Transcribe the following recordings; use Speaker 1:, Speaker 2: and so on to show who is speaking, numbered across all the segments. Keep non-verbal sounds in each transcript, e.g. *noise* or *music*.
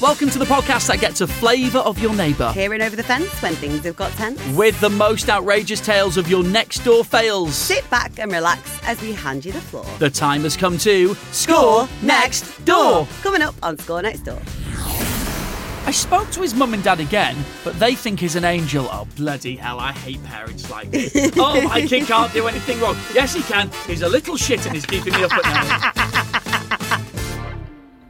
Speaker 1: Welcome to the podcast that gets a flavour of your neighbour
Speaker 2: Peering over the fence when things have got tense.
Speaker 1: with the most outrageous tales of your next door fails.
Speaker 2: Sit back and relax as we hand you the floor.
Speaker 1: The time has come to score next door.
Speaker 2: Coming up on Score Next Door.
Speaker 1: I spoke to his mum and dad again, but they think he's an angel. Oh, bloody hell, I hate parents like this. oh, my kid can't do anything wrong. Yes, he can. He's a little shit and he's keeping me up at night.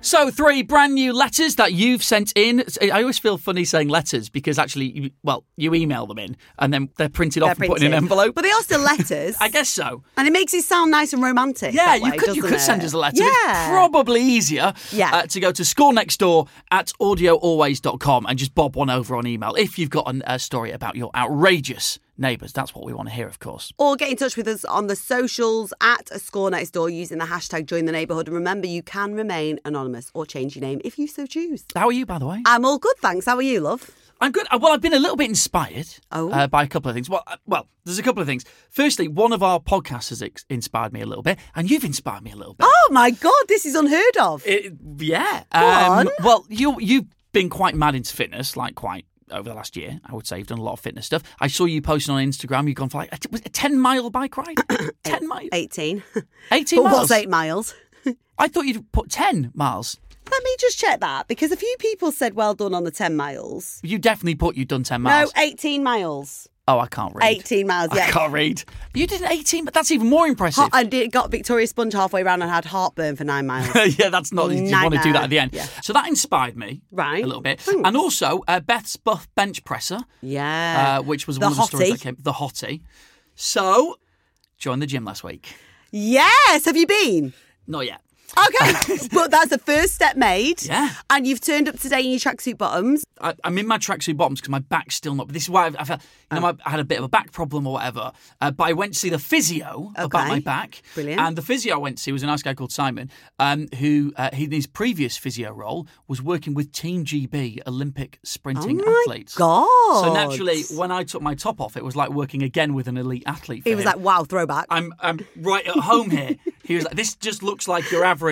Speaker 1: So, three brand new letters that you've sent in. I always feel funny saying letters because actually, you, well, you email them in and then they're printed off and put in an
Speaker 2: Printed.
Speaker 1: envelope.
Speaker 2: But they are still letters.
Speaker 1: *laughs* I guess so.
Speaker 2: And it makes it sound nice and romantic.
Speaker 1: Yeah,
Speaker 2: that
Speaker 1: you
Speaker 2: way,
Speaker 1: could you
Speaker 2: doesn't
Speaker 1: could
Speaker 2: it?
Speaker 1: send us a letter. It's
Speaker 2: Yeah.
Speaker 1: probably easier
Speaker 2: Yeah.
Speaker 1: uh, to go to scorenextdoor at audioalways.com and just bob one over on email if you've got an- a story about your outrageous neighbours. That's what we want to hear, of course.
Speaker 2: or get in touch with us on the socials at Score Next Door using the hashtag Join the Neighbourhood. And remember, you can remain anonymous or change your name if you so choose.
Speaker 1: How are you, by the way?
Speaker 2: I'm all good, thanks. How are you, love?
Speaker 1: I'm good. Uh, Well, I've been a little bit inspired
Speaker 2: Oh.
Speaker 1: uh, by a couple of things. Well, uh, well, there's a couple of things. Firstly, one of our podcasts has ex- inspired me a little bit, and you've inspired me a little bit.
Speaker 2: Oh my God, this is unheard of.
Speaker 1: It- yeah. um,
Speaker 2: on.
Speaker 1: Well, you you've been quite mad into fitness, like quite over the last year. I would say you've done a lot of fitness stuff. I saw you posting on Instagram. You've gone for like a, t- was it a ten mile bike
Speaker 2: *coughs*
Speaker 1: ride, *coughs* ten miles,
Speaker 2: 18.
Speaker 1: eighteen
Speaker 2: but
Speaker 1: miles.
Speaker 2: *laughs* what's eight miles?
Speaker 1: I thought you'd put ten miles.
Speaker 2: Let me just check that because a few people said well done on the 10 miles.
Speaker 1: You definitely put you'd done ten miles.
Speaker 2: No, 18 miles.
Speaker 1: oh, I can't read.
Speaker 2: 18 miles,
Speaker 1: I
Speaker 2: yeah.
Speaker 1: can't read. You did eighteen, but that's even more impressive.
Speaker 2: Hot, I did, got Victoria Sponge halfway around and had heartburn for nine miles.
Speaker 1: *laughs* yeah, that's not. You just want to do that at the end.
Speaker 2: Yeah.
Speaker 1: So that inspired me
Speaker 2: Right. Hmm.
Speaker 1: a little bit,
Speaker 2: Thanks.
Speaker 1: and also uh, Beth's buff bench presser.
Speaker 2: yeah.
Speaker 1: uh, which was
Speaker 2: the
Speaker 1: one of the stories
Speaker 2: hottie.
Speaker 1: that came. The hottie. So, joined the gym last week.
Speaker 2: yes. Have you been?
Speaker 1: Not yet. *laughs*
Speaker 2: Okay. but that's the first step made.
Speaker 1: Yeah.
Speaker 2: And you've turned up today in your tracksuit bottoms.
Speaker 1: I, I'm in my tracksuit bottoms because my back's still not. This is why I've, I've had, you
Speaker 2: Oh.
Speaker 1: know, I had a bit of a back problem or whatever. Uh, but I went to see the physio about
Speaker 2: Okay.
Speaker 1: my back.
Speaker 2: Brilliant.
Speaker 1: And the physio I went to see was a nice guy called Simon, um, who uh, he, in his previous physio role was working with Team GB Olympic sprinting athletes.
Speaker 2: Oh God.
Speaker 1: So naturally, when I took my top off, it was like working again with an elite athlete. for
Speaker 2: He was
Speaker 1: him.
Speaker 2: like, wow, throwback.
Speaker 1: I'm I'm right at home here. He was like, this just looks like your average,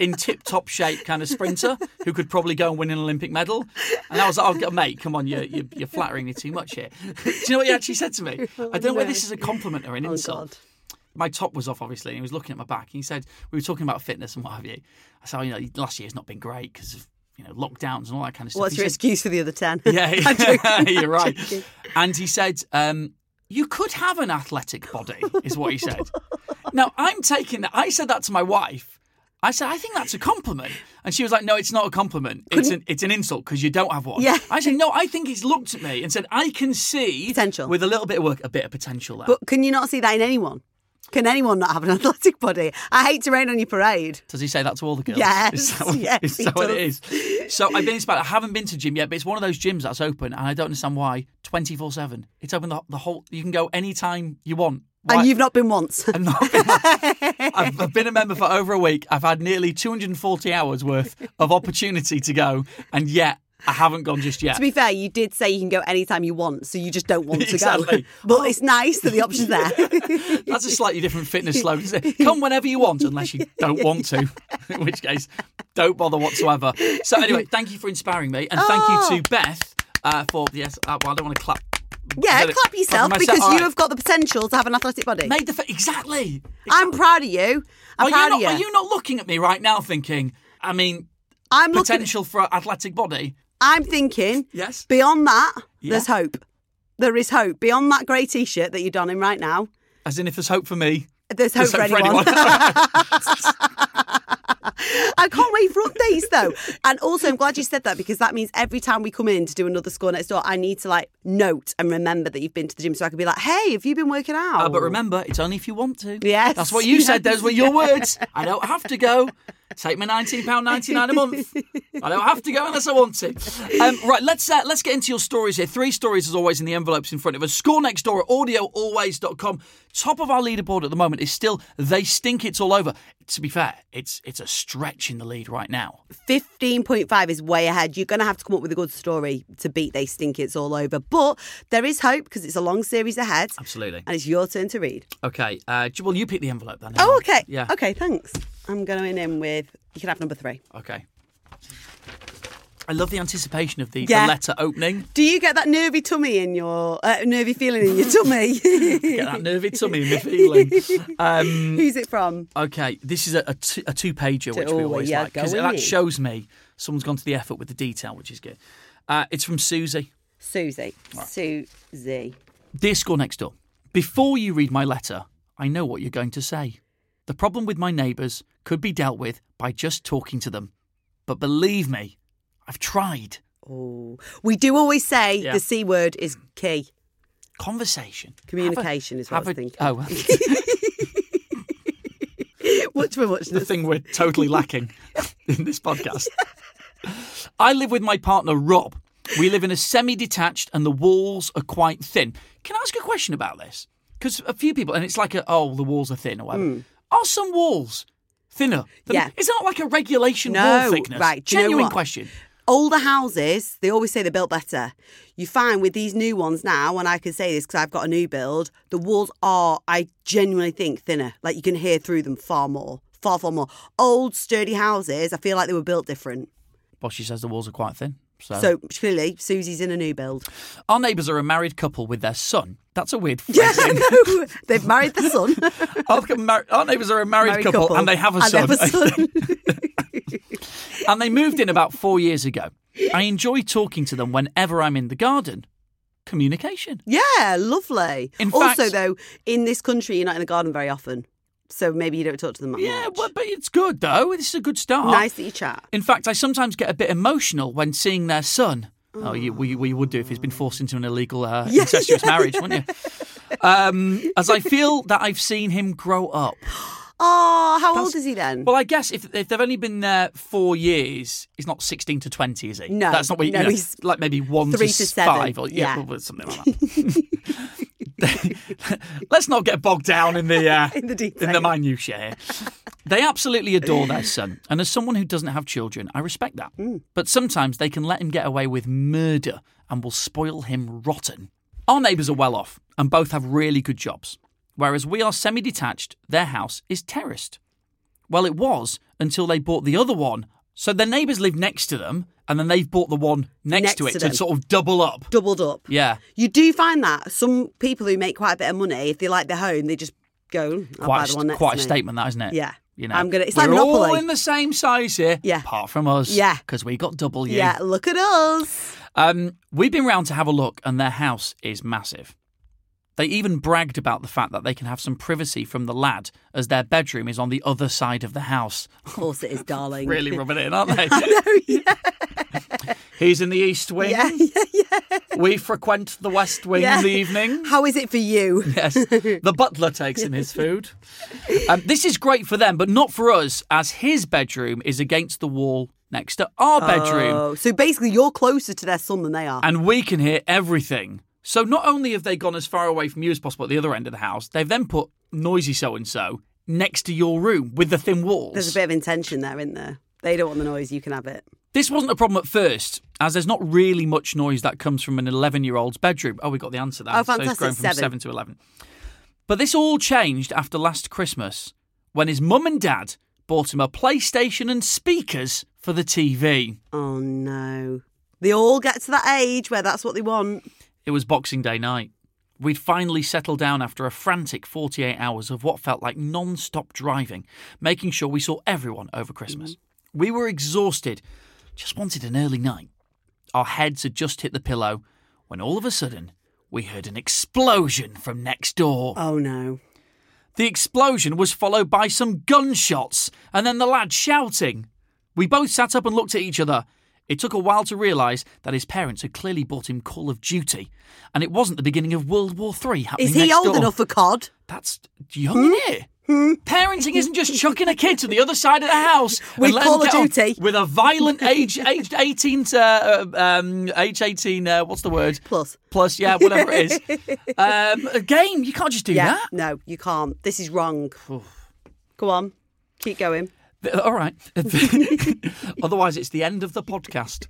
Speaker 1: in tip top shape kind of sprinter who could probably go and win an Olympic medal. And I was like, oh, mate, come on, you're, you're, you're flattering me too much here. *laughs* Do you know what he actually said to
Speaker 2: *laughs*
Speaker 1: me? I don't know whether this is a compliment or an
Speaker 2: oh,
Speaker 1: insult
Speaker 2: God.
Speaker 1: my top was off, obviously, and he was looking at my back. And he said, We were talking about fitness and what have you. I said, oh, You know, last year's not been great because of, you know, lockdowns and all that kind of stuff.
Speaker 2: What's
Speaker 1: He
Speaker 2: your
Speaker 1: said-
Speaker 2: excuse for the other 10? *laughs*
Speaker 1: *laughs*
Speaker 2: I'm
Speaker 1: Yeah,
Speaker 2: joking.
Speaker 1: you're right.
Speaker 2: joking.
Speaker 1: And he said, um, You could have an athletic body, is what he
Speaker 2: *laughs*
Speaker 1: said. now, I'm taking that. I said that to my wife. I said, I think that's a compliment. And she was like, No, it's not a compliment. It's an, it's an insult because you don't have one.
Speaker 2: Yeah.
Speaker 1: I said, No, I think he's looked at me and said, I can see
Speaker 2: Potential.
Speaker 1: with a little bit of work, a bit of potential there.
Speaker 2: But can you not see that in anyone? Can anyone not have an *laughs* athletic body? I hate to rain on your parade.
Speaker 1: Does he say that to all the girls?
Speaker 2: Yes,
Speaker 1: Is that what,
Speaker 2: yes,
Speaker 1: is
Speaker 2: he
Speaker 1: that what it is? So I've been inspired. I haven't been to gym yet, but it's one of those gyms that's open, and I don't understand why. Twenty four seven. It's open the, the whole. You can go anytime you want. Why-
Speaker 2: And you've not been once.
Speaker 1: I'm not been-
Speaker 2: *laughs*
Speaker 1: I've, I've been a member for over a week. I've had nearly 240 hours worth of opportunity to go, and yet I haven't gone just yet.
Speaker 2: to be fair, you did say you can go anytime you want, so you just don't want to
Speaker 1: Exactly.
Speaker 2: go. *laughs* But it's nice that the
Speaker 1: *laughs*
Speaker 2: option's there.
Speaker 1: That's a slightly different fitness slogan. Isn't *laughs* it? Come whenever you want, unless *laughs* you don't want to, in which case, don't bother whatsoever. So, anyway, thank you for inspiring me, and thank you to Beth uh, for yes. Uh, well, I don't want to clap.
Speaker 2: *laughs* yeah,
Speaker 1: Let it-
Speaker 2: clap yourself
Speaker 1: myself-
Speaker 2: because
Speaker 1: all
Speaker 2: you
Speaker 1: right.
Speaker 2: have got the potential to have an athletic body.
Speaker 1: made the fa- exactly.
Speaker 2: I'm proud of you. I'm
Speaker 1: Are you,
Speaker 2: proud
Speaker 1: not,
Speaker 2: of
Speaker 1: are
Speaker 2: you.
Speaker 1: you not looking at me right now, thinking? I mean,
Speaker 2: I'm looking.
Speaker 1: potential for an athletic body.
Speaker 2: I'm thinking.
Speaker 1: Yes.
Speaker 2: Beyond that,
Speaker 1: Yeah.
Speaker 2: there's hope. There is hope. Beyond that grey t-shirt that you're donning right now,
Speaker 1: As in, if there's hope for me,
Speaker 2: there's hope,
Speaker 1: there's hope for
Speaker 2: anyone.
Speaker 1: anyone.
Speaker 2: *laughs*
Speaker 1: *laughs*
Speaker 2: I can't wait for updates though. And also, I'm glad you said that because that means every time we come in to do another score next door, I need to like note and remember that you've been to the gym so I can be like, hey, have you been working out?
Speaker 1: Ah, Uh, but remember, it's only if you want to.
Speaker 2: Yes. *laughs*
Speaker 1: That's what you said. Those were your words. I don't have to go. Take my nineteen pound ninety nine a month. I don't have to go unless I want to. Um, right, let's uh, let's get into your stories here. Three stories as always in the envelopes in front of us. Score next door at audioalways.com. Top of our leaderboard at the moment is still they stink it's all over. To be fair, it's it's a stretch in the lead right now.
Speaker 2: 15.5 is way ahead. You're going to have to come up with a good story to beat They Stink It's All Over. But there is hope because it's a long series ahead
Speaker 1: Absolutely.
Speaker 2: and it's your turn to read.
Speaker 1: Okay. Uh, do- well, you pick the envelope then.
Speaker 2: Oh, okay.
Speaker 1: Yeah.
Speaker 2: Okay, thanks. I'm going in with, you can have number three.
Speaker 1: Okay. I love the anticipation of the,
Speaker 2: Yeah.
Speaker 1: the letter opening.
Speaker 2: Do you get that nervy tummy in your, uh, nervy feeling in your tummy?
Speaker 1: *laughs*
Speaker 2: *laughs*
Speaker 1: Get that nervy tummy in the feeling. Um,
Speaker 2: Who's it from?
Speaker 1: okay, this is a, a, two, a two pager, which
Speaker 2: Oh,
Speaker 1: we always
Speaker 2: yeah,
Speaker 1: like because
Speaker 2: go in.
Speaker 1: that shows me someone's gone to the effort with the detail, which is good. Uh, it's from Susie.
Speaker 2: Susie. Susie.
Speaker 1: Dear Score Next Door, before you read my letter, I know what you're going to say. The problem with my neighbours could be dealt with by just talking to them. But believe me, I've tried.
Speaker 2: Oh, we do always say
Speaker 1: Yeah.
Speaker 2: the C word is key.
Speaker 1: Conversation.
Speaker 2: Communication is what I
Speaker 1: Have
Speaker 2: was
Speaker 1: a-
Speaker 2: thinking. *laughs*
Speaker 1: Oh,
Speaker 2: Much for much.
Speaker 1: the thing we're totally lacking
Speaker 2: *laughs*
Speaker 1: in this podcast. I live with my partner Rob. We live in a semi-detached, and the walls are quite thin. Can I ask a question about this? Because a few people, and it's like, a, oh, the walls are thin or whatever. Are some walls thinner? Than,
Speaker 2: Hmm. Yeah.
Speaker 1: It's not like a regulation
Speaker 2: No,
Speaker 1: wall thickness.
Speaker 2: right, do you know
Speaker 1: Genuine
Speaker 2: what?
Speaker 1: question.
Speaker 2: Older houses, they always say they're built better. You find with these new ones now, and I can say this because I've got a new build, the walls are, I genuinely think, thinner. Like you can hear through them far more, far, far more. Old, sturdy houses, I feel like they were built different.
Speaker 1: Well, she says the walls are quite thin.
Speaker 2: So clearly, Susie's in a new build.
Speaker 1: Our neighbours are a married couple with their son. That's a weird
Speaker 2: Yeah,
Speaker 1: phrasing. *laughs*
Speaker 2: no, *laughs* they've married the son.
Speaker 1: Our mar- our neighbours are a married,
Speaker 2: Married
Speaker 1: couple, and they have a son.
Speaker 2: they have a son.
Speaker 1: *laughs* and they moved in about four years ago. I enjoy talking to them whenever I'm in the garden. Communication.
Speaker 2: Yeah, lovely.
Speaker 1: In
Speaker 2: also,
Speaker 1: fact-
Speaker 2: though, in this country, you're not in the garden very often, so maybe you don't talk to them that
Speaker 1: Yeah,
Speaker 2: much.
Speaker 1: well, but it's good though. This is a good start.
Speaker 2: nice that you chat.
Speaker 1: In fact, I sometimes get a bit emotional when seeing their son. Oh, you, well, you, well, you would do if he's been forced into an illegal uh, incestuous marriage, wouldn't you? Um, as I feel that I've seen him grow up.
Speaker 2: Oh, how old is he then?
Speaker 1: Well, I guess if, if they've only been there four years, he's not 16 to 20, is he?
Speaker 2: No,
Speaker 1: That's not what you
Speaker 2: no,
Speaker 1: you know,
Speaker 2: he's
Speaker 1: like maybe one
Speaker 2: three
Speaker 1: to,
Speaker 2: to seven,
Speaker 1: five or yeah,
Speaker 2: yeah.
Speaker 1: well, something like that. *laughs* Let's not get bogged down in the uh,
Speaker 2: *laughs* in the detail.
Speaker 1: in the minutiae. here. they absolutely adore their son, and as someone who doesn't have children, I respect that.
Speaker 2: Mm.
Speaker 1: But sometimes they can let him get away with murder and will spoil him rotten. Our neighbours are well off, and both have really good jobs. Whereas we are semi detached, their house is terraced. Well, it was until they bought the other one. So their neighbours live next to them, and then they've bought the one next,
Speaker 2: Next
Speaker 1: to it
Speaker 2: to
Speaker 1: to,
Speaker 2: them.
Speaker 1: sort of double up.
Speaker 2: Doubled up.
Speaker 1: Yeah,
Speaker 2: You do find that some people who make quite a bit of money, if they like their home, they just go.
Speaker 1: quite,
Speaker 2: I'll buy the
Speaker 1: a,
Speaker 2: one
Speaker 1: st-
Speaker 2: next
Speaker 1: quite a
Speaker 2: to me."
Speaker 1: statement, that isn't it?
Speaker 2: Yeah.
Speaker 1: You know,
Speaker 2: I'm gonna. It's
Speaker 1: we're
Speaker 2: like Monopoly.
Speaker 1: all in the same size here.
Speaker 2: Yeah.
Speaker 1: Apart from us.
Speaker 2: Yeah.
Speaker 1: Because we got double you.
Speaker 2: yeah, look
Speaker 1: *laughs*
Speaker 2: at us.
Speaker 1: Um, we've been round to have a look, and their house is massive. They even bragged about the fact that they can have some privacy from the lad, as their bedroom is on the other side of the house.
Speaker 2: Of course it is, darling.
Speaker 1: Really rubbing it in, aren't they?
Speaker 2: *laughs* No, yeah,
Speaker 1: He's in the east wing. *laughs*
Speaker 2: yeah, yeah, yeah.
Speaker 1: We frequent the west wing
Speaker 2: Yeah.
Speaker 1: in the
Speaker 2: *laughs*
Speaker 1: evening.
Speaker 2: How is it for you?
Speaker 1: Yes, the butler takes in his food. Um, this is great for them, but not for us, as his bedroom is against the wall next to our bedroom.
Speaker 2: Oh, so basically, you're closer to their son than they are.
Speaker 1: and we can hear everything. So not only have they gone as far away from you as possible at the other end of the house, they've then put noisy so and so next to your room with the thin walls.
Speaker 2: There's a bit of intention there, isn't there? They don't want the noise. You can have it.
Speaker 1: This wasn't a problem at first, as there's not really much noise that comes from an 11 year old's bedroom. Oh, we got the answer to that.
Speaker 2: Oh,
Speaker 1: So he's
Speaker 2: fantastic.
Speaker 1: grown from
Speaker 2: Seven.
Speaker 1: to 11. But this all changed after last Christmas when his mum and dad bought him a PlayStation and speakers for the TV.
Speaker 2: Oh no. They all get to that age where that's what they want.
Speaker 1: It was Boxing Day night. We'd finally settled down after a frantic 48 hours of what felt like non stop driving, making sure we saw everyone over Christmas. We were exhausted, just wanted an early night. Our heads had just hit the pillow when all of a sudden we heard an explosion from next door.
Speaker 2: Oh no.
Speaker 1: The explosion was followed by some gunshots and then the lad shouting. We both sat up and looked at each other. It took a while to realise that his parents had clearly bought him Call of Duty, and it wasn't the beginning of World War Three happening.
Speaker 2: Is he
Speaker 1: next
Speaker 2: old
Speaker 1: door.
Speaker 2: enough for COD?
Speaker 1: That's young, isn't it? Parents parenting isn't just chucking a kid to the other side of the house
Speaker 2: With
Speaker 1: and letting
Speaker 2: Call of
Speaker 1: them get on
Speaker 2: Duty.
Speaker 1: with a violent age aged eighteen to uh, um, age eighteen. Uh, what's the word?
Speaker 2: Plus.
Speaker 1: Plus, yeah, whatever it is. Um, again, you can't just do
Speaker 2: Yeah.
Speaker 1: that.
Speaker 2: No, you can't. This is wrong. Go on.
Speaker 1: *laughs*
Speaker 2: Keep going.
Speaker 1: Th- All right. Otherwise, it's the end of the podcast.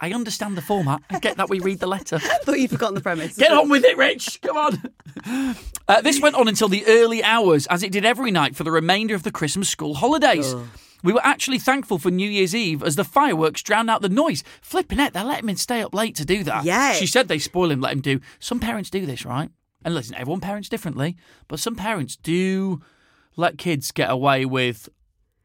Speaker 1: I understand the format. I get that we read the letter.
Speaker 2: I thought you'd forgotten the premise.
Speaker 1: Get on with it, Rich. Come on. Uh, this went on until the early hours, as it did every night for the remainder of the Christmas school holidays. We were actually thankful for New Year's Eve as the fireworks drowned out the noise. Flipping it, they let him in stay up late to do that.
Speaker 2: Yeah.
Speaker 1: She said they spoil him, let him do. Some parents do this, right? And listen, everyone parents differently, but some parents do let kids get away with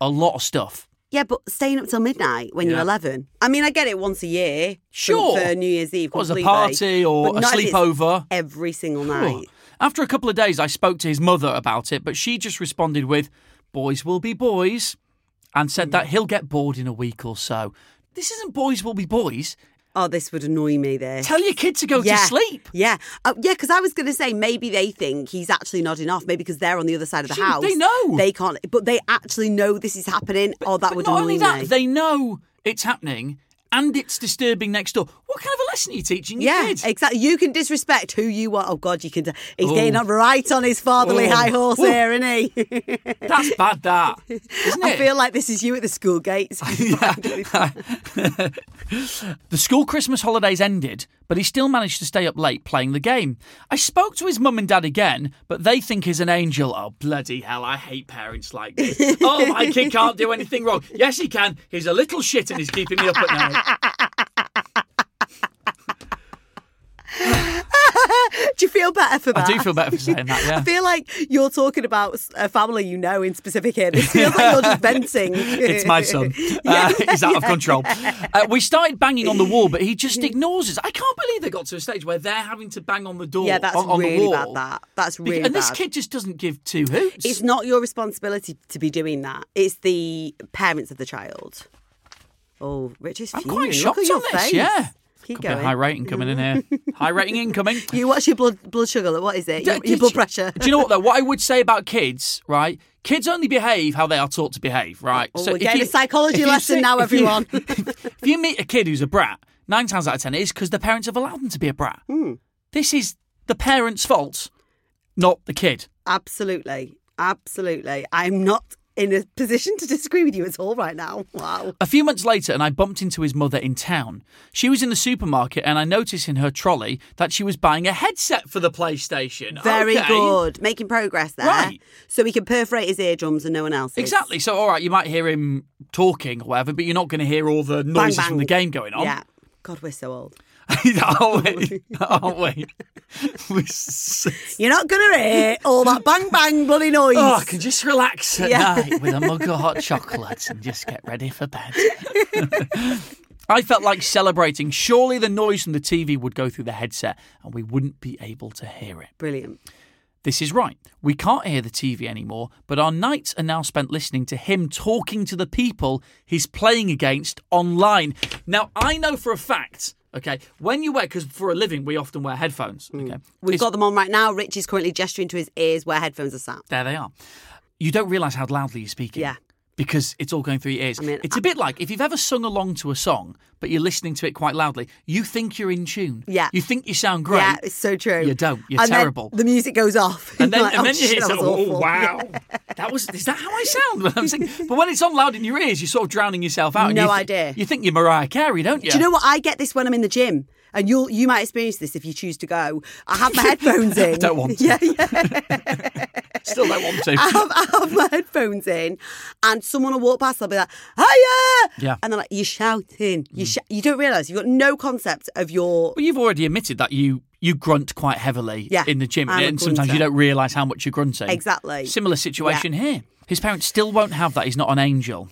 Speaker 1: a lot of stuff.
Speaker 2: Yeah, but staying up till midnight when you're
Speaker 1: Yeah.
Speaker 2: 11. I mean, I get it once a year. for-
Speaker 1: Sure.
Speaker 2: For New Year's Eve.
Speaker 1: What was a
Speaker 2: completely.
Speaker 1: party or
Speaker 2: But
Speaker 1: a
Speaker 2: not if it's
Speaker 1: sleepover?
Speaker 2: Every single
Speaker 1: Sure.
Speaker 2: night.
Speaker 1: After a couple of days, I spoke to his mother about it, but she just responded with, Boys will be boys, and said that he'll get bored in a week or so. This isn't boys will be boys.
Speaker 2: Oh, this would annoy me, this.
Speaker 1: Tell your kid to go to sleep.
Speaker 2: Yeah. Oh, yeah, because I was going to say maybe they think he's actually nodding off, maybe because they're on the other side of the
Speaker 1: She-
Speaker 2: house.
Speaker 1: they know.
Speaker 2: They can't, but they actually know this is happening. oh, that
Speaker 1: But
Speaker 2: would
Speaker 1: not
Speaker 2: annoy
Speaker 1: only that,
Speaker 2: me.
Speaker 1: they know it's happening and it's disturbing next door. What kind of a lesson are you teaching your
Speaker 2: yeah,
Speaker 1: kids?
Speaker 2: exactly. You can disrespect who you are. Oh, God, you can. He's
Speaker 1: Oh.
Speaker 2: getting up right on his fatherly
Speaker 1: Oh.
Speaker 2: high horse
Speaker 1: Ooh. *laughs*
Speaker 2: here, isn't he?
Speaker 1: That's bad, that. Isn't
Speaker 2: *laughs* I
Speaker 1: it?
Speaker 2: feel like this is you at the
Speaker 1: *laughs*
Speaker 2: school gates. *laughs*
Speaker 1: The school Christmas holidays ended, but he still managed to stay up late playing the game. I spoke to his mum and dad again, but they think he's an angel. Oh, bloody hell, I hate parents like this. oh, my
Speaker 2: *laughs*
Speaker 1: kid can't do anything wrong. Yes, he can. He's a little shit and he's keeping me up at
Speaker 2: *laughs*
Speaker 1: night.
Speaker 2: do you feel better for
Speaker 1: I
Speaker 2: that?
Speaker 1: do feel better for saying that, yeah.
Speaker 2: *laughs* I feel like you're talking about a family you know in specific here. This feels like
Speaker 1: *laughs*
Speaker 2: you're just venting.
Speaker 1: It's my son. Uh, he's out of control. Uh, we started banging on the wall, but he just ignores us. I can't believe they got to a stage where they're having to bang on the door.
Speaker 2: *laughs* Yeah, that's
Speaker 1: on, on
Speaker 2: really
Speaker 1: the
Speaker 2: bad.
Speaker 1: wall.
Speaker 2: That that's
Speaker 1: Be-
Speaker 2: really
Speaker 1: and this
Speaker 2: bad.
Speaker 1: kid just doesn't give two hoots.
Speaker 2: It's not your responsibility to be doing that. It's the parents of the child. Oh, Rich is
Speaker 1: I'm
Speaker 2: fuming.
Speaker 1: quite shocked
Speaker 2: Look at your
Speaker 1: on this.
Speaker 2: face.
Speaker 1: Yeah.
Speaker 2: Keep
Speaker 1: Could be a
Speaker 2: going.
Speaker 1: high rating coming in here. high rating
Speaker 2: *laughs*
Speaker 1: incoming.
Speaker 2: You watch your blood blood sugar. What is it? Your,
Speaker 1: Did
Speaker 2: your
Speaker 1: you-
Speaker 2: blood pressure.
Speaker 1: Do you know what though? What I would say about kids, right? Kids only behave how they are taught to behave, right?
Speaker 2: Oh, we're
Speaker 1: if
Speaker 2: getting a psychology
Speaker 1: if you
Speaker 2: lesson now,
Speaker 1: if you-
Speaker 2: everyone.
Speaker 1: *laughs* if you meet a kid who's a brat, nine times out of ten it is because the parents have allowed them to be a brat.
Speaker 2: Hmm.
Speaker 1: This is the parents' fault, not the kid.
Speaker 2: Absolutely, absolutely. I'm not in a position to disagree with you at all right now. Wow.
Speaker 1: A few months later, and I bumped into his mother in town. She was in the supermarket, and I noticed in her trolley that she was buying a headset for the PlayStation.
Speaker 2: Very
Speaker 1: Okay.
Speaker 2: good. Making progress there.
Speaker 1: Right.
Speaker 2: So we can perforate his eardrums and no one else's.
Speaker 1: Exactly. So, all right, you might hear him talking or whatever, but you're not going to hear all the
Speaker 2: Bang,
Speaker 1: noises from the
Speaker 2: bang.
Speaker 1: game going on.
Speaker 2: Yeah. God, we're so old.
Speaker 1: *laughs* aren't
Speaker 2: *laughs*
Speaker 1: we? Aren't we? *laughs* We're s-
Speaker 2: You're not gonna hear all
Speaker 1: *laughs*
Speaker 2: that bang bang bloody noise.
Speaker 1: oh, I can just relax at
Speaker 2: Yeah.
Speaker 1: night with a mug of hot chocolate and just get ready for bed. *laughs* I felt like celebrating. Surely the noise from the TV would go through the headset and we wouldn't be able to hear it.
Speaker 2: Brilliant.
Speaker 1: This is right. We can't hear the TV anymore, but our nights are now spent listening to him talking to the people he's playing against online. Now, I know for a fact, okay, when you wear, because for a living, we often wear headphones, okay?
Speaker 2: We've
Speaker 1: It's-
Speaker 2: got them on right now. Rich is currently gesturing to his ears where headphones are sat.
Speaker 1: There they are. You don't realise how loudly you're speaking.
Speaker 2: Yeah.
Speaker 1: Because it's all going through your ears.
Speaker 2: mean,
Speaker 1: it's a bit like if you've ever sung along to a song, but you're listening to it quite loudly, you think you're in tune.
Speaker 2: Yeah.
Speaker 1: You think you sound great.
Speaker 2: Yeah, it's so true.
Speaker 1: You don't. You're
Speaker 2: And then
Speaker 1: terrible.
Speaker 2: the music goes off. *laughs*
Speaker 1: And then,
Speaker 2: You're like,
Speaker 1: and
Speaker 2: oh,
Speaker 1: then you
Speaker 2: shit,
Speaker 1: hear
Speaker 2: that
Speaker 1: something,
Speaker 2: was awful. *laughs*
Speaker 1: oh, wow. That was, is that how I sound *laughs* when I'm singing? But when it's on loud in your ears, you're sort of drowning yourself out. and
Speaker 2: No
Speaker 1: you thi-
Speaker 2: idea.
Speaker 1: You think you're Mariah Carey, don't you?
Speaker 2: Do you know what? I get this when I'm in the gym, and you'll you might experience this if you choose to go.
Speaker 1: *laughs*
Speaker 2: I have my headphones in.
Speaker 1: don't want to.
Speaker 2: Yeah, yeah.
Speaker 1: *laughs* Still don't want to.
Speaker 2: I *laughs* have, I have my headphones in, and someone will walk past. I'll be like, "Hiya!"
Speaker 1: Yeah. Mm.
Speaker 2: and they're like, "You're shouting. You sh- you don't realize you've got no concept of your
Speaker 1: Well, you've already admitted that you you grunt quite heavily
Speaker 2: Yeah,
Speaker 1: in the gym,
Speaker 2: I'm a
Speaker 1: and sometimes you
Speaker 2: grunter.
Speaker 1: don't realise how much you're grunting.
Speaker 2: Exactly.
Speaker 1: Similar situation here. His parents still won't have that. He's not an angel.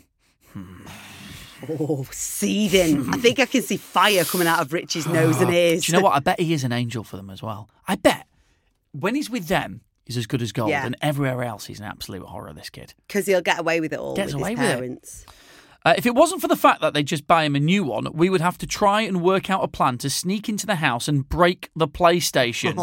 Speaker 2: oh seething. I think I can see fire coming out
Speaker 1: *gasps*
Speaker 2: of Richie's nose and ears.
Speaker 1: Do you know what? I bet he is an angel for them as well. I bet when he's with them, he's as good as gold,
Speaker 2: Yeah.
Speaker 1: and everywhere else, he's an absolute horror. This kid.
Speaker 2: Because he'll get away with it all
Speaker 1: Gets
Speaker 2: with
Speaker 1: away
Speaker 2: his
Speaker 1: with it.
Speaker 2: parents.
Speaker 1: Uh, if it wasn't for the fact that they'd just buy him a new one, we would have to try and work out a plan to sneak into the house and break the
Speaker 2: *laughs*
Speaker 1: PlayStation.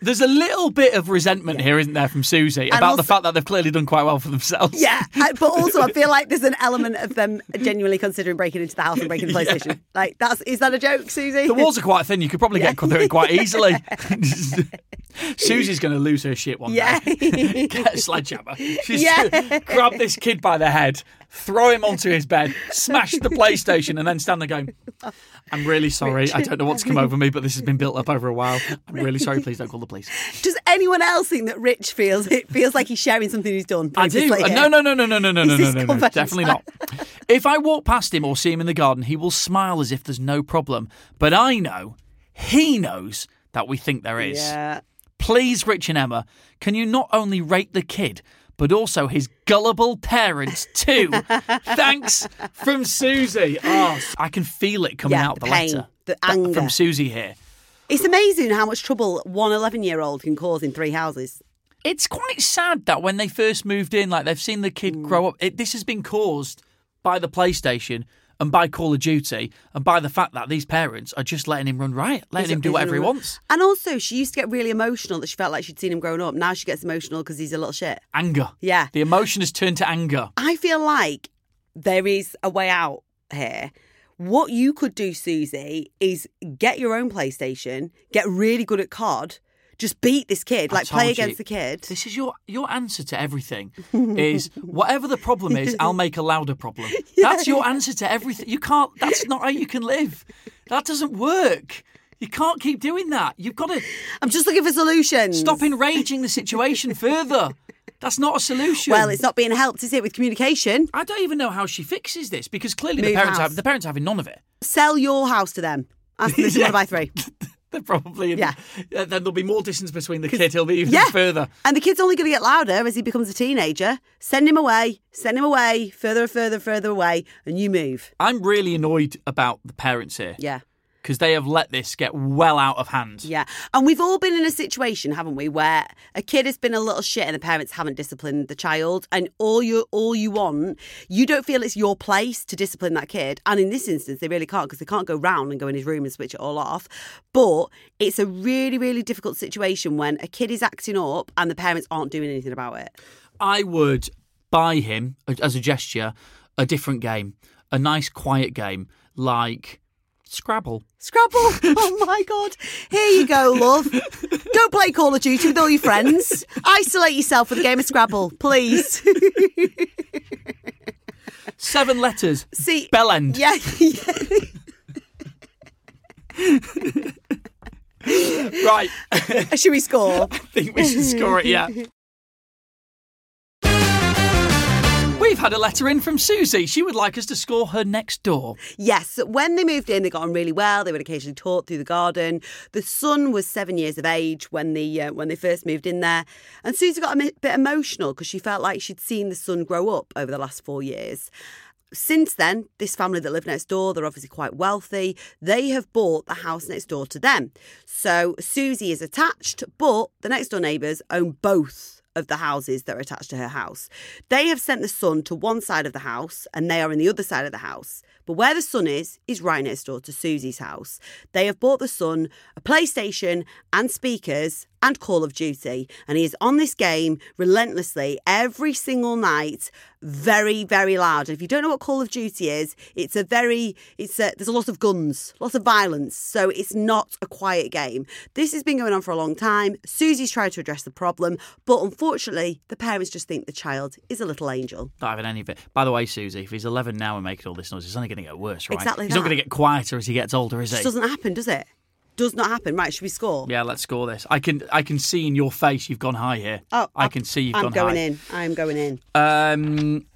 Speaker 1: There's a little bit of resentment here, isn't there, from Susie about
Speaker 2: also-
Speaker 1: the fact that they've clearly done quite well for themselves.
Speaker 2: Yeah, I- but also I feel like there's an element of them genuinely considering breaking into the house
Speaker 1: *laughs*
Speaker 2: and breaking the PlayStation. Like that's is that a joke, Susie?
Speaker 1: The walls are quite thin. You could probably get through it quite easily.
Speaker 2: *laughs*
Speaker 1: Susie's going to lose her shit one
Speaker 2: Yeah.
Speaker 1: day. *laughs* Get a sledgehammer. She's *laughs*
Speaker 2: Yeah.
Speaker 1: grab this kid by the head, throw him onto his bed, smash the PlayStation, and then stand there going, "I'm really sorry. I don't know what's come over me, but this has been built up over a while. I'm really sorry. Please don't call the police."
Speaker 2: Does anyone else think that Rich feels it feels like he's sharing something he's done?
Speaker 1: I do.
Speaker 2: previously
Speaker 1: Uh,
Speaker 2: here?
Speaker 1: No, no, no, no, no, no, no, no,
Speaker 2: this
Speaker 1: no, no.
Speaker 2: confession
Speaker 1: Definitely
Speaker 2: time?
Speaker 1: not. If I walk past him or see him in the garden, he will smile as if there's no problem. But I know, he knows that we think there is.
Speaker 2: Yeah.
Speaker 1: Please, Rich and Emma, can you not only rate the kid, but also his gullible parents
Speaker 2: *laughs*
Speaker 1: too? Thanks from Susie. Oh, I can feel it coming
Speaker 2: Yeah,
Speaker 1: out the,
Speaker 2: the pain,
Speaker 1: letter.
Speaker 2: the
Speaker 1: That-
Speaker 2: anger.
Speaker 1: From Susie here.
Speaker 2: It's amazing how much trouble one 11 year old can cause in three houses.
Speaker 1: It's quite sad that when they first moved in, like they've seen the kid
Speaker 2: Mm.
Speaker 1: grow up. It, this has been caused by the PlayStation and by Call of Duty and by the fact that these parents are just letting him run riot, letting him do whatever he wants.
Speaker 2: And also, she used to get really emotional that she felt like she'd seen him growing up. Now she gets emotional because he's a little shit.
Speaker 1: Anger.
Speaker 2: Yeah.
Speaker 1: The emotion has turned to anger.
Speaker 2: I feel like there is a way out here. What you could do, Susie, is get your own PlayStation, get really good at COD, just beat this kid,
Speaker 1: I
Speaker 2: like play
Speaker 1: told
Speaker 2: against
Speaker 1: you.
Speaker 2: the kid.
Speaker 1: This is your your answer to
Speaker 2: *laughs*
Speaker 1: everything is whatever the problem is, I'll make a louder problem. That's your answer to everything. You can't that's not how you can live. That doesn't work. You can't keep doing that. You've got to
Speaker 2: I'm just looking for solutions.
Speaker 1: stop enraging the
Speaker 2: *laughs*
Speaker 1: situation further. That's not a solution.
Speaker 2: Well, it's not being helped, is it, with communication?
Speaker 1: I don't even know how she fixes this because clearly the
Speaker 2: Move
Speaker 1: parents
Speaker 2: house.
Speaker 1: have the parents are having none of it.
Speaker 2: Sell your house to them. Ask them to one by three.
Speaker 1: They're probably in,
Speaker 2: Yeah.
Speaker 1: uh, then there'll be more distance between the kid. He'll be even
Speaker 2: Yeah.
Speaker 1: further.
Speaker 2: And the kid's only going to get louder as he becomes a teenager. Send him away, send him away, further and further, further away, and you move.
Speaker 1: I'm really annoyed about the parents here
Speaker 2: Yeah.
Speaker 1: because they have let this get well out of hand.
Speaker 2: Yeah. And we've all been in a situation, haven't we, where a kid has been a little shit and the parents haven't disciplined the child and all you all you want, you don't feel it's your place to discipline that kid. And in this instance they really can't because they can't go round and go in his room and switch it all off. But it's a really, really difficult situation when a kid is acting up and the parents aren't doing anything about it.
Speaker 1: I would buy him a- as a gesture a different game, a nice quiet game like Scrabble.
Speaker 2: Scrabble. Oh my God. Here you go, love. Don't play Call of Duty with all your friends. Isolate yourself with a game of Scrabble, please.
Speaker 1: Seven
Speaker 2: *laughs*
Speaker 1: letters.
Speaker 2: See,
Speaker 1: Bell end.
Speaker 2: yeah, *laughs*
Speaker 1: Right. I
Speaker 2: should we score?
Speaker 1: think we should score it,
Speaker 2: *laughs*
Speaker 1: yeah. We've had a letter in from Susie. She would like us to score her next door.
Speaker 2: Yes, when they moved in, they got on really well. They would occasionally talk through the garden. The son was seven years of age when the uh, when they first moved in there, and Susie got a mi- bit emotional because she felt like she'd seen the son grow up over the last four years. Since then, this family that live next door, they're obviously quite wealthy. They have bought the house next door to them. So Susie is attached, but the next door neighbours own both of the houses that are attached to her house. They have sent the son to one side of the house and they are in the other side of the house. But where the son is, is right next door to Susie's house. They have bought the son a PlayStation and speakers and Call of Duty. And he is on this game relentlessly every single night, very, very loud. And if you don't know what Call of Duty is, it's a very, it's a, there's a lot of guns, lots of violence. So it's not a quiet game. This has been going on for a long time. Susie's tried to address the problem, but unfortunately, the parents just think the child is a little angel.
Speaker 1: Not having any of it. By the way, Susie, if he's 11 now and making all this noise, it's only going to get worse, right?
Speaker 2: Exactly
Speaker 1: He's not
Speaker 2: that.
Speaker 1: going to get quieter as he gets older, is he?
Speaker 2: Just doesn't happen, does it? Does not happen. Right, should we score?
Speaker 1: Yeah, let's score this. I can I can see in your face you've gone high here.
Speaker 2: Oh,
Speaker 1: I can see you've
Speaker 2: I'm
Speaker 1: gone
Speaker 2: going
Speaker 1: high.
Speaker 2: in. I'm going in.
Speaker 1: Um,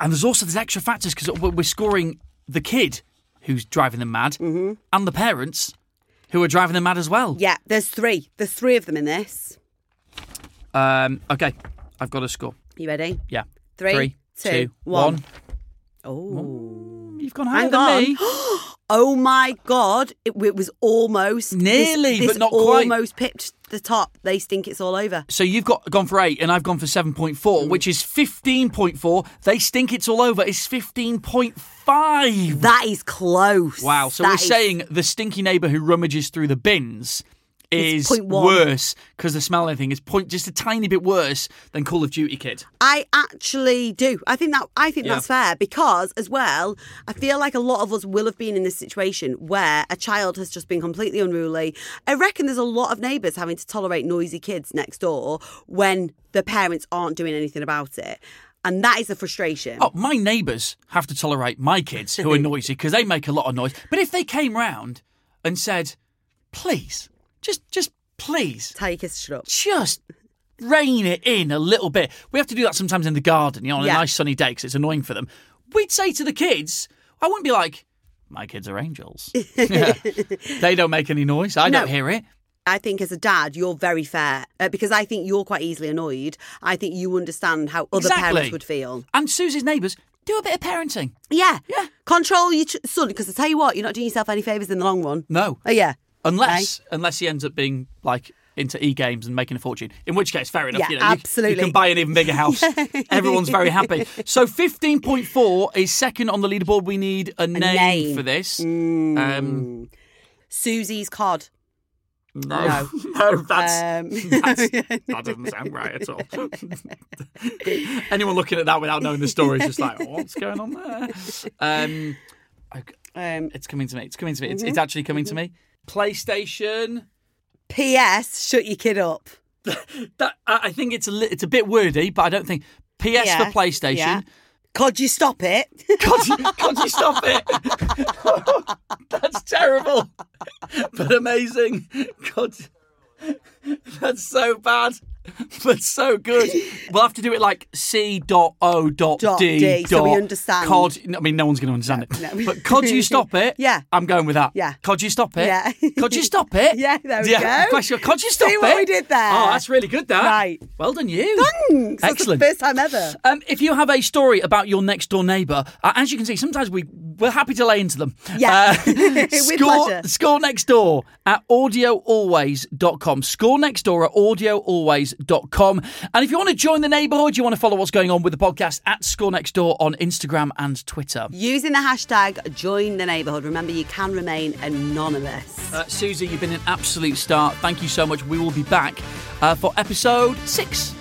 Speaker 1: and there's also there's extra factors because we're scoring the kid who's driving them mad,
Speaker 2: Mm-hmm.
Speaker 1: and the parents who are driving them mad as well.
Speaker 2: Yeah, there's three. There's three of them in this.
Speaker 1: Um, okay, I've got to score.
Speaker 2: You ready?
Speaker 1: Yeah,
Speaker 2: Three,
Speaker 1: Three,
Speaker 2: two,
Speaker 1: two,
Speaker 2: one.
Speaker 1: one.
Speaker 2: Oh.
Speaker 1: You You've gone higher
Speaker 2: Hang
Speaker 1: than
Speaker 2: on. *gasps*
Speaker 1: me.
Speaker 2: Oh my God. It, it was almost. this-
Speaker 1: Nearly,
Speaker 2: this
Speaker 1: but not quite.
Speaker 2: almost pipped the top. They stink it's all over.
Speaker 1: So you've got gone for eight, and I've gone for seven point four,
Speaker 2: Mm.
Speaker 1: which is fifteen point four. They stink it's all over. It's fifteen point five.
Speaker 2: That is close.
Speaker 1: Wow. So
Speaker 2: That
Speaker 1: we're
Speaker 2: is-
Speaker 1: saying the stinky neighbour who rummages through the bins is
Speaker 2: It's 0.1.
Speaker 1: worse because the smell of anything is point just a tiny bit worse than Call of Duty Kid.
Speaker 2: I actually do. I think that I think
Speaker 1: Yeah.
Speaker 2: that's fair because as well, I feel like a lot of us will have been in this situation where a child has just been completely unruly. I reckon there's a lot of neighbours having to tolerate noisy kids next door when the parents aren't doing anything about it. And that is the frustration.
Speaker 1: Oh, my neighbours have to tolerate my kids who
Speaker 2: *laughs*
Speaker 1: are noisy because they make a lot of noise. But if they came round and said, "Please, just, just please,
Speaker 2: Tell your kids to shut up.
Speaker 1: just rein it in a little bit. We have to do that sometimes in the garden, you know, on
Speaker 2: Yeah.
Speaker 1: a nice sunny day because it's annoying for them. We'd say to the kids, I wouldn't be like, my kids are
Speaker 2: *laughs*
Speaker 1: angels. Yeah. They don't make any noise. I
Speaker 2: No.
Speaker 1: don't hear it.
Speaker 2: I think as a dad, you're very fair uh, because I think you're quite easily annoyed. I think you understand how other
Speaker 1: Exactly.
Speaker 2: parents would feel.
Speaker 1: And Susie's neighbours do a bit of parenting.
Speaker 2: Yeah.
Speaker 1: Yeah.
Speaker 2: Control your ch- son because I tell you what, you're not doing yourself any favours in the long run.
Speaker 1: No.
Speaker 2: Oh, yeah.
Speaker 1: Unless unless he ends up being like into e games and making a fortune, in which case, fair enough.
Speaker 2: Yeah,
Speaker 1: you know, you- You,
Speaker 2: absolutely.
Speaker 1: can buy an even bigger
Speaker 2: *laughs*
Speaker 1: house. Everyone's very happy. So, fifteen point four is second on the leaderboard. We need a, name,
Speaker 2: name. Mm.
Speaker 1: for this. Um,
Speaker 2: Susie's cod.
Speaker 1: no,
Speaker 2: No.
Speaker 1: *laughs* no, that's
Speaker 2: Um,
Speaker 1: *laughs*
Speaker 2: *laughs*
Speaker 1: That's, that doesn't sound right at all. *laughs* Anyone looking at that without knowing the story is just like, "Oh, what's going on there? Um, I-
Speaker 2: um,
Speaker 1: it's coming to me. It's coming to me. It's,
Speaker 2: Mm-hmm.
Speaker 1: it's actually coming to me. PlayStation.
Speaker 2: P.S. Shut your kid up.
Speaker 1: That I I think it's a li- it's a bit wordy, but I don't think PS
Speaker 2: Yeah,
Speaker 1: for PlayStation.
Speaker 2: yeah. Cod, you stop it. *laughs*
Speaker 1: God, you- God, you stop it! *laughs* That's terrible, but amazing. God, that's so bad, but so good. We'll have to do it like C dot O dot
Speaker 2: Dot
Speaker 1: D,
Speaker 2: D, so we
Speaker 1: dot
Speaker 2: understand.
Speaker 1: Cod, I mean, no one's going to understand it.
Speaker 2: no.
Speaker 1: But cod, you stop it.
Speaker 2: *laughs* Yeah.
Speaker 1: I'm going with that.
Speaker 2: Yeah.
Speaker 1: cod, you stop it.
Speaker 2: Yeah.
Speaker 1: cod, you stop it.
Speaker 2: *laughs* Yeah, there we go.
Speaker 1: Question, cod, you stop
Speaker 2: See
Speaker 1: it.
Speaker 2: what we did there?
Speaker 1: Oh, that's really good. That
Speaker 2: Right.
Speaker 1: Well done, you.
Speaker 2: Thanks. That's the
Speaker 1: Excellent.
Speaker 2: first time ever.
Speaker 1: Um, if you have a story about your next door neighbour, uh, as you can see, sometimes we, we're happy to lay into them.
Speaker 2: Yeah. *laughs*
Speaker 1: *laughs*
Speaker 2: With
Speaker 1: score,
Speaker 2: pleasure.
Speaker 1: score next door at audioalways.com. Score next door at audioalways.com. And if you want to join the neighbourhood, you want to follow what's going on with the podcast at score next door on Instagram and Twitter.
Speaker 2: Using the hashtag join the neighbourhood. Remember, you can remain anonymous.
Speaker 1: Uh, Susie, you've been an absolute star. Thank you so much. We will be back uh, for episode six.